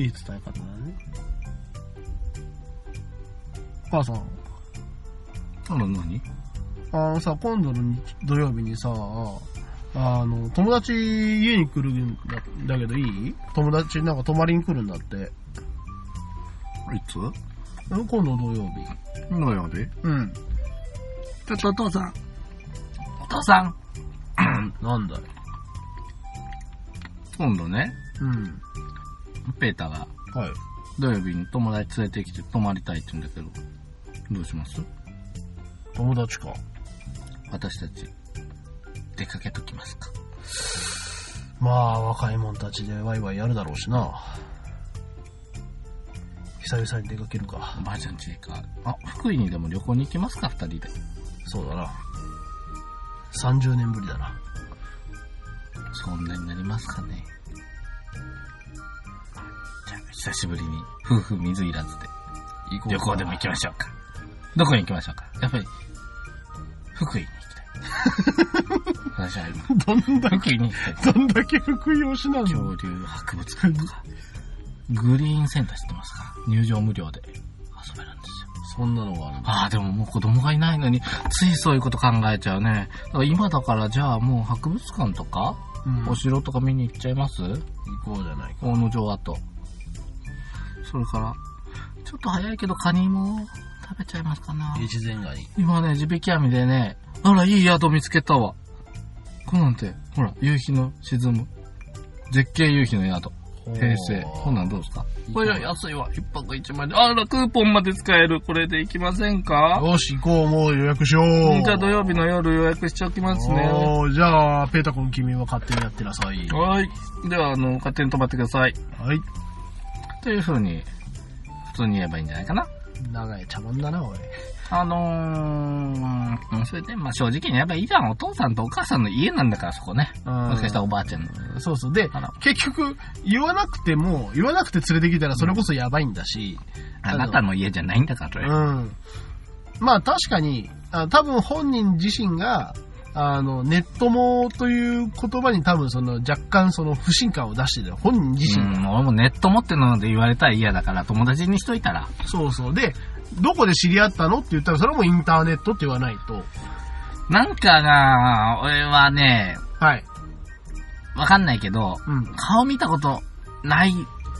いい伝え方だね。お母さん、
多分何
あのさ、今度の日土曜日にさ、あの、友達家に来るんだだけどいい友達なんか泊まりに来るんだって。ん
いつ
今度の土曜日。
土曜日
うん。
ちょっとお父さん。
お父さん、
なんだい
今度ね、
うん。
ペータが
はい。
土曜日に友達連れてきて泊まりたいって言うんだけど、どうします
友達か。
私たち、出かけときますか。
まあ、若い者たちでワイワイやるだろうしな。久々に出かけるか
お。ばあちゃんちか。あ、福井にでも旅行に行きますか、二人で。
そうだな。30年ぶりだな。
そんなになりますかね。じゃあ、久しぶりに、夫婦水いらずで、旅行でも行きましょうか。どこに行きましょうか。やっぱり、福井に行きたい。私は今、
どんだ
福井に行きたい。
け、どんだけ福井推しなの
恐竜博物館とか、グリーンセンター知ってますか入場無料で遊べるんですよ。
そんなのがあるんだ。
ああ、でももう子供がいないのに、ついそういうこと考えちゃうね。だから今だから、じゃあもう博物館とか、
うん
お城とか見に行っちゃいます
行こうじゃないか。
大野城跡。それから、ちょっと早いけどカニも食べちゃいますかな。
越前ガニ。
今ね、地引き網でね、あら、いい宿見つけたわ。こんなんて、ほら、夕日の沈む。絶景夕日の宿。平成。こんなんどうですかこれ安いわ。一泊一枚で。あら、クーポンまで使える。これで行きませんか
よし、行こう、もう予約しよう。
じゃあ土曜日の夜予約しておきますね。
おーじゃあ、ペータ君、君は勝手にやってなさい。
はい。では、あの、勝手に泊まってください。
はい。
というふうに、普通に言えばいいんじゃないかな。
長い茶番だな、おい。
あのー、うんそれで、まあ正直に言えばいいじゃん。お父さんとお母さんの家なんだから、そこね。もしかしたらおばあちゃんの。
そうそう。で
あら、
結局、言わなくても、言わなくて連れてきたらそれこそやばいんだし、
あなたの家じゃないんだから、それ
うん。まあ確かに、あ多分本人自身が、あの、ネットもという言葉に多分その若干その不信感を出してる。本人自
う
身が。
ん、俺もネット持ってるので言われたら嫌だから、友達にしといたら。
そうそう。で、どこで知り合ったのって言ったら、それはもうインターネットって言わないと。
なんかな、俺はね、
はい。
わかんないけど、
うん。
顔見たことない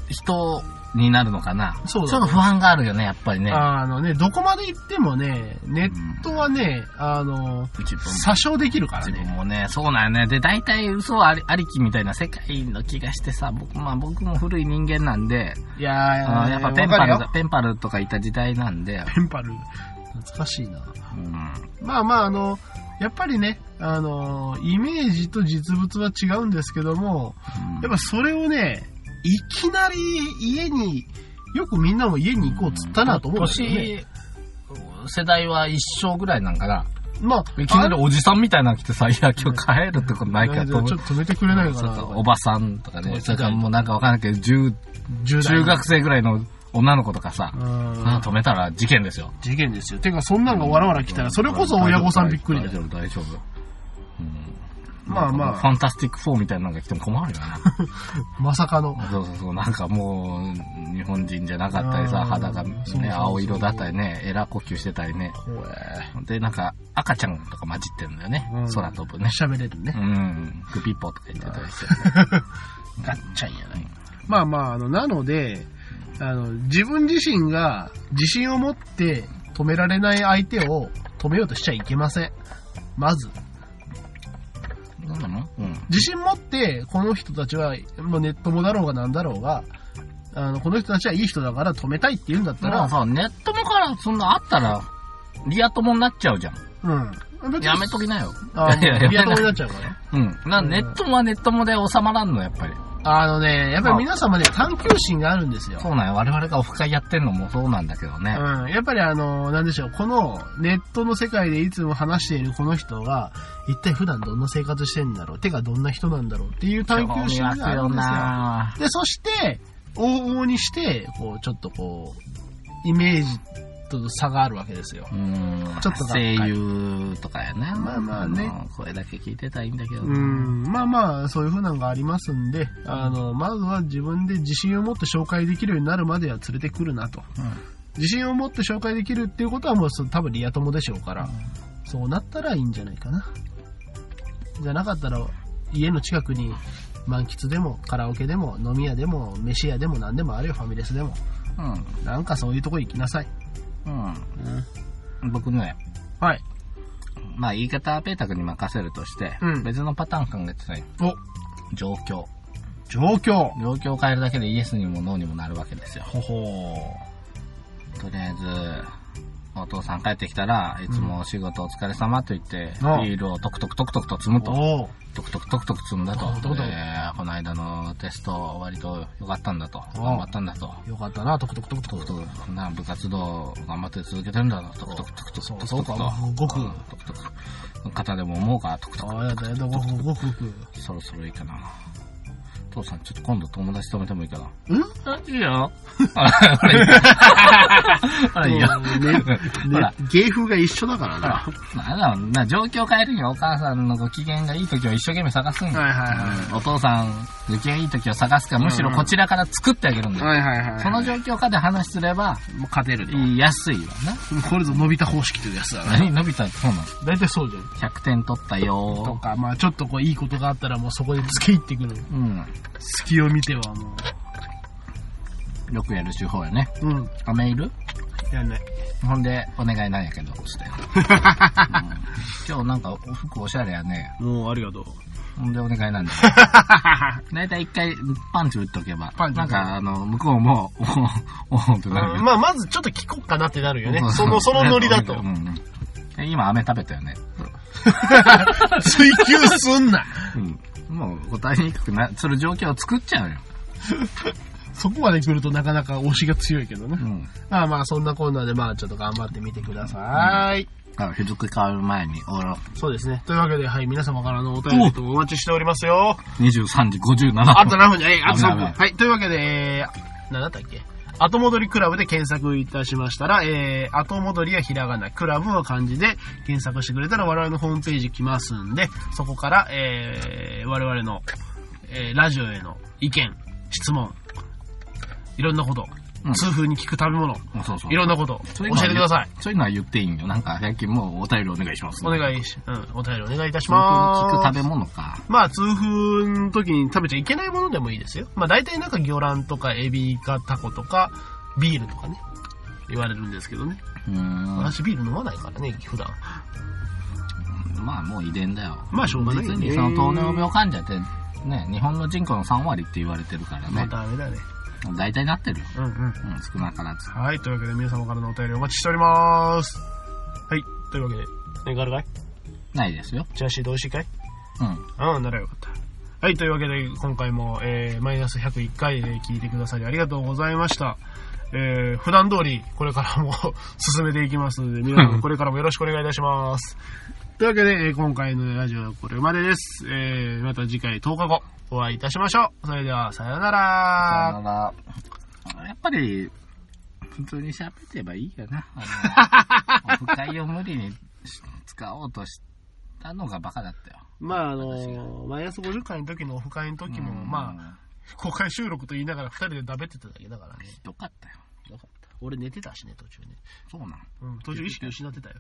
人になるのかな。
そう
ちょ
だ
っ
ね
と不安があるよね、やっぱりね。
あのね、どこまで行ってもね、ネットはね、あの、
自分も
詐称できるから
自分
ね。
もね、そうなんよね。で、大体嘘ありありきみたいな世界の気がしてさ、僕,、まあ、僕も古い人間なんで、
いやー
あーやっぱペンパル
わかる
だ
よ、
ペンパルとかいた時代なんで、
ペンパル。懐かしいな。
うん、
まあまあ、あの、やっぱりね、あの、イメージと実物は違うんですけども、やっぱそれをね、いきなり家に、よくみんなも家に行こうっつったなと思うんですよね。
年、世代は一生ぐらいなんかな。
まあ、
いきなり
あ
おじさんみたいなの来てさ、いや、今日帰るってことないか
ち
と
ょっ
思
と
う。
止めてくれない
そ
か
うそう
な
お。ばさんとかね、
世代
それからもうなんかわかんないけど、10
10代
中学生ぐらいの女の子とかさ、
うん
あ止めたら事件ですよ。
事件ですよ。てか、そんなんがわらわら来たら、それこそ親御さんびっくりだ
大丈
よ。
夫、大丈夫。
まあま
フ
あ、
ァンタスティック4みたいなのが来ても困るよな。
まさかの。
そうそうそう、なんかもう、日本人じゃなかったり
あ
さ、
ー
肌が
そうそうそう
ね、青色だったりね、エラ呼吸してたりね。
怖
で、なんか、赤ちゃんとか混じってるんだよね
うん。
空飛ぶ
え
ね。
喋れるね
う。ん。グピッポーとか言ってた りして。ガッチャンやない。
まあまあ、あの、なので、あの、自分自身が自信を持って止められない相手を止めようとしちゃいけません。まず、
どうなのうん。
自信持って、この人たちは、もうネットもだろうがなんだろうが、あの、この人たちはいい人だから止めたいって言うんだった
だから
ら、
さ、ネットもからそんなあったら、リア友になっちゃうじゃん。
うん。別に
やめときなよ。
あ
いやい
の、
や
リア
やめ
友にな
な
っちゃうからね。
うん。な、ネットもはネットもで収まらんの、やっぱり。
あのね、やっぱり皆様ね、探求心があるんですよ。
そうなんよ。我々がオフ会やってんのもそうなんだけどね。
うん、やっぱりあの、なんでしょう、このネットの世界でいつも話しているこの人が、一体普段どんな生活してんだろう、てかどんな人なんだろうっていう探求心があるんで
な
すよ。で、そして、往々にして、こう、ちょっとこう、イメージと差があるわけですよ。
うん。
ちょっとがっか
声
り
優とかやね。
まあまあね
の。声だけ聞いてたらいいんだけど。
うん、まあまあ、そういう風なのがありますんで、あの、まずは自分で自信を持って紹介できるようになるまでは連れてくるなと。自信を持って紹介できるっていうことはもうそ多分リア友でしょうから、
うん
そうなったらいいんじゃないかな。じゃなかったら、家の近くに満喫でもカラオケでも飲み屋でも飯屋でも何でもあるよ、ファミレスでも。
う
なんかそういうとこ行きなさい。
ん。うん。僕ね、
はい。
まあ言い方はペータ君に任せるとして、
うん
別のパターン考えてたよ。
お、
状況。
状況。
状況を変えるだけでイエスにもノーにもなるわけですよ。
ほほ
とりあえず、お父さん帰ってきたらいつもお仕事お疲れ様と言って、
ああ
ビールをトクトクトクトクと積む
ー。
と。
おー
トクトクトクトク積んだと
ああトクト。ク
えーこの間のテスト割と良かったんだと。
あ
頑張ったんだと。
よかったな、トクトクトクト
ト
ク
クトク、な部活動頑張って続けてるんだな。トクトクトクトク
そ
ト
う
ク
そう
トク
か
と。
ごく
うんトクトク。肩でも思うか、トクトク。
ああ、やだやだ、ごくごくごく。
そろそろいいかな。父さん、ちょっと今度友達止めてもいいかな。
ん
いいよ。あれ、いいよ。あれ、いいよ。 ほら、
芸風が一緒だから
ほら。なんだろうな、状況変えるにはお母さんのご機嫌がいい時を一生懸命探すんだ。
はいはいは
うんお父さん、ご機嫌いい時を探すか、むしろこちらから作ってあげるんだよ。
いはいは
その状況下で話すれば、
もう勝てるで。
言いやすいわ
これぞ伸びた方式というやつだ
な。何、伸びたってそうなの
大体そうじゃん。
?100 点取った
と
よ
か、まあちょっとこういいことがあったらもうそこで付け入ってくる。
ー。うん。
隙を見てはも
よくやる手法やね。
う。うん。
あ、メール
やんない。
ほんで、お願いなんやけど、つ って。今日なんかお服おしゃれやね。
もうありがとう。
ほんでお願いなんだよ。だ いたい一回パンチ打っとけば。
パンチ
なんかあの、向こうも、おおおってなるけど。
まあまずちょっと聞こっかなってなるよね
う。ん
そ の、そのノリだと
う。んうんえ今、飴食べたよね。
追求すんな。
うん。もう、答えにくくな、する状況を作っちゃうよ。
そこまで来るとなかなか推しが強いけどね
う。ん。
まあまあそんなこんなでまあちょっと頑張ってみてください。
あの日付変わる前に、おら、
そうですね。というわけで、はい、皆様からのお便りとお待ちしておりますよ。
23時57分。
あと何分じゃないあと3
危な
分。
い危
はい、というわけで、えー、何だったっけ後戻りクラブで検索いたしましたら、えー、後戻りはひらがな、クラブは漢字で検索してくれたら我々のホームページ来ますんで、そこから、えー、我々の、えー、ラジオへの意見、質問、いろんなこと、
うん
痛風に効く食べ物、
うんそうそう。
いろんなこと、教
そう
え
いうのは
てください。
そういうのは言っていいんよ。なんか、最近もうお便りお願いします。
お願いし、うん、お便りお願いいたします。
聞く食べ物か。
まあ、痛風の時に食べちゃいけないものでもいいですよ。まあ、大体なんか魚卵とかエビかタコとかビールとかね、言われるんですけどね。
うーん。
私ビール飲まないからね、普段。
まあもう遺伝だよ。
まあしょうがないよ
実
ね
にその糖尿病患者って、ね、日本の人口の3割って言われてるから
まあ、
ね。
ダメだね。
大体なってるよ。
うんうん。
うん、少なからず。
はい、というわけで皆様からのお便りお待ちしております。はい、というわけで、何かあるかい
ないですよ。
チャーシーで美味しいかい
うん。
うん、ならよかった。はい、というわけで、今回も、えー、マイナス101回、えー聞いてくださりありがとうございました。えー、普段通り、これからも 進めていきますので、皆さん、これからもよろしくお願いいたします。 というわけで、えー今回のラジオはこれまでです。えー、また次回10日後、お会いいたしましょう。それでは、さようなら。
だから、やっぱり、普通に喋ってればいいよな。あの、オフ会を無理にし使おうとしたのがバカだったよ。
まあ、あのーマイナス50回の時のオフ会の時も、まあ、
あ、
公開収録と言いながら2人でダベってただけだからね。
ひどかったよ。
俺寝てたしね、途中ね。
そうなの。
うん、途中意識失ってたよ。